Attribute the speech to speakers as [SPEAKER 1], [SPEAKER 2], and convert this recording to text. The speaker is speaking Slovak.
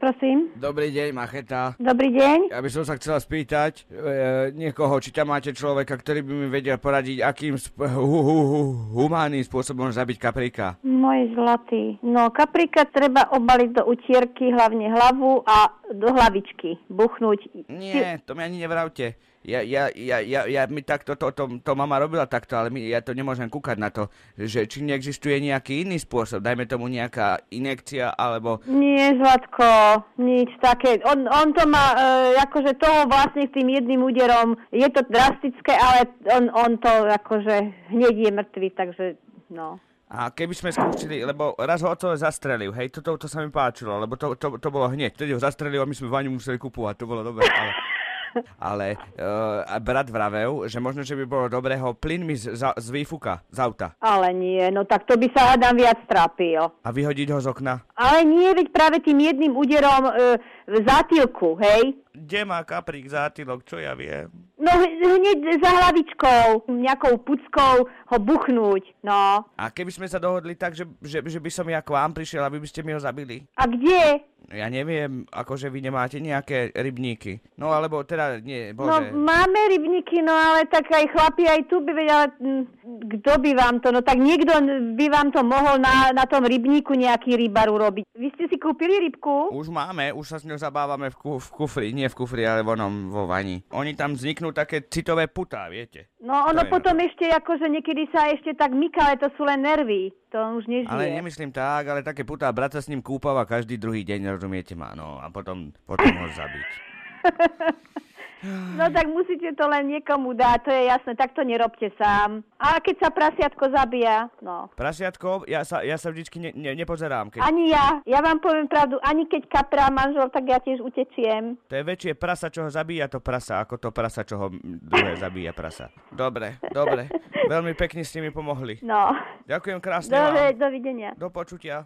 [SPEAKER 1] prosím.
[SPEAKER 2] Dobrý deň, Macheta.
[SPEAKER 1] Dobrý deň.
[SPEAKER 2] Ja by som sa chcela spýtať e, niekoho, či tam máte človeka, ktorý by mi vedel poradiť, akým sp- hu, hu, hu, humánnym spôsobom zabiť kaprika.
[SPEAKER 1] Môj zlatý. No, kaprika treba obaliť do utierky, hlavne hlavu a do hlavičky. Buchnúť.
[SPEAKER 2] Nie, to mi ani nevravte. Ja, ja, ja, ja, ja mi takto, to, to, to mama robila takto, ale my, ja to nemôžem kúkať na to, že či neexistuje nejaký iný spôsob, dajme tomu nejaká inekcia, alebo
[SPEAKER 1] Nie, Zlatko, nič také. On, on to má, e, akože toho vlastne tým jedným úderom, je to drastické, ale on, on to akože hneď je mŕtvy, takže no.
[SPEAKER 2] a keby sme skúšili, lebo raz ho to zastrelil, hej, toto to, to sa mi páčilo, lebo to, to, to bolo hneď, vtedy ho zastrelil a my sme vaňu museli kupovať, to bolo dobré, ale... Ale uh, brat vravel, že možno, že by bolo dobré ho plynmi z, za- z výfuka, z auta
[SPEAKER 1] Ale nie, no tak to by sa hádam viac trápil.
[SPEAKER 2] a vyhodiť ho z okna.
[SPEAKER 1] Ale nie, veď práve tým jedným úderom e, v zátilku, hej?
[SPEAKER 2] Kde má kaprík zátilok, čo ja viem?
[SPEAKER 1] No h- hneď za hlavičkou, nejakou puckou ho buchnúť, no.
[SPEAKER 2] A keby sme sa dohodli tak, že, že, že by som ja k vám prišiel, aby by ste mi ho zabili.
[SPEAKER 1] A kde?
[SPEAKER 2] Ja neviem, akože vy nemáte nejaké rybníky. No alebo teda, nie,
[SPEAKER 1] No
[SPEAKER 2] bože.
[SPEAKER 1] máme rybníky, no ale tak aj chlapi aj tu by vedela, kto by vám to, no tak niekto by vám to mohol na, na tom rybníku nejaký rybar urobiť. Vy ste si kúpili rybku?
[SPEAKER 2] Už máme, už sa s ňou zabávame v, ku, v kufri, nie v kufri, ale vonom vo vani. Oni tam vzniknú také citové putá, viete.
[SPEAKER 1] No ono
[SPEAKER 2] To je
[SPEAKER 1] potom ešte akože niekedy sa ešte tak myká, ale to sú len nervy, to on už nežije.
[SPEAKER 2] Ale nemyslím tak, ale také putá, brat sa s ním kúpava každý druhý deň, rozumiete ma, no a potom, potom ho zabiť.
[SPEAKER 1] No tak musíte to len niekomu dať, to je jasné, tak to nerobte sám. A keď sa prasiatko zabíja, no.
[SPEAKER 2] Prasiatko, ja sa, ja sa vždycky ne, ne, nepozerám, keď...
[SPEAKER 1] Ani ja, ja vám poviem pravdu, ani keď kaprá manžel, tak ja tiež utečiem.
[SPEAKER 2] To je väčšie prasa, čo ho zabíja to prasa, ako to prasa, čo ho mm, druhé zabíja prasa. Dobre, dobre. Veľmi pekne ste mi pomohli.
[SPEAKER 1] No,
[SPEAKER 2] Ďakujem krásne
[SPEAKER 1] dobre,
[SPEAKER 2] vám.
[SPEAKER 1] dovidenia.
[SPEAKER 2] Do počutia.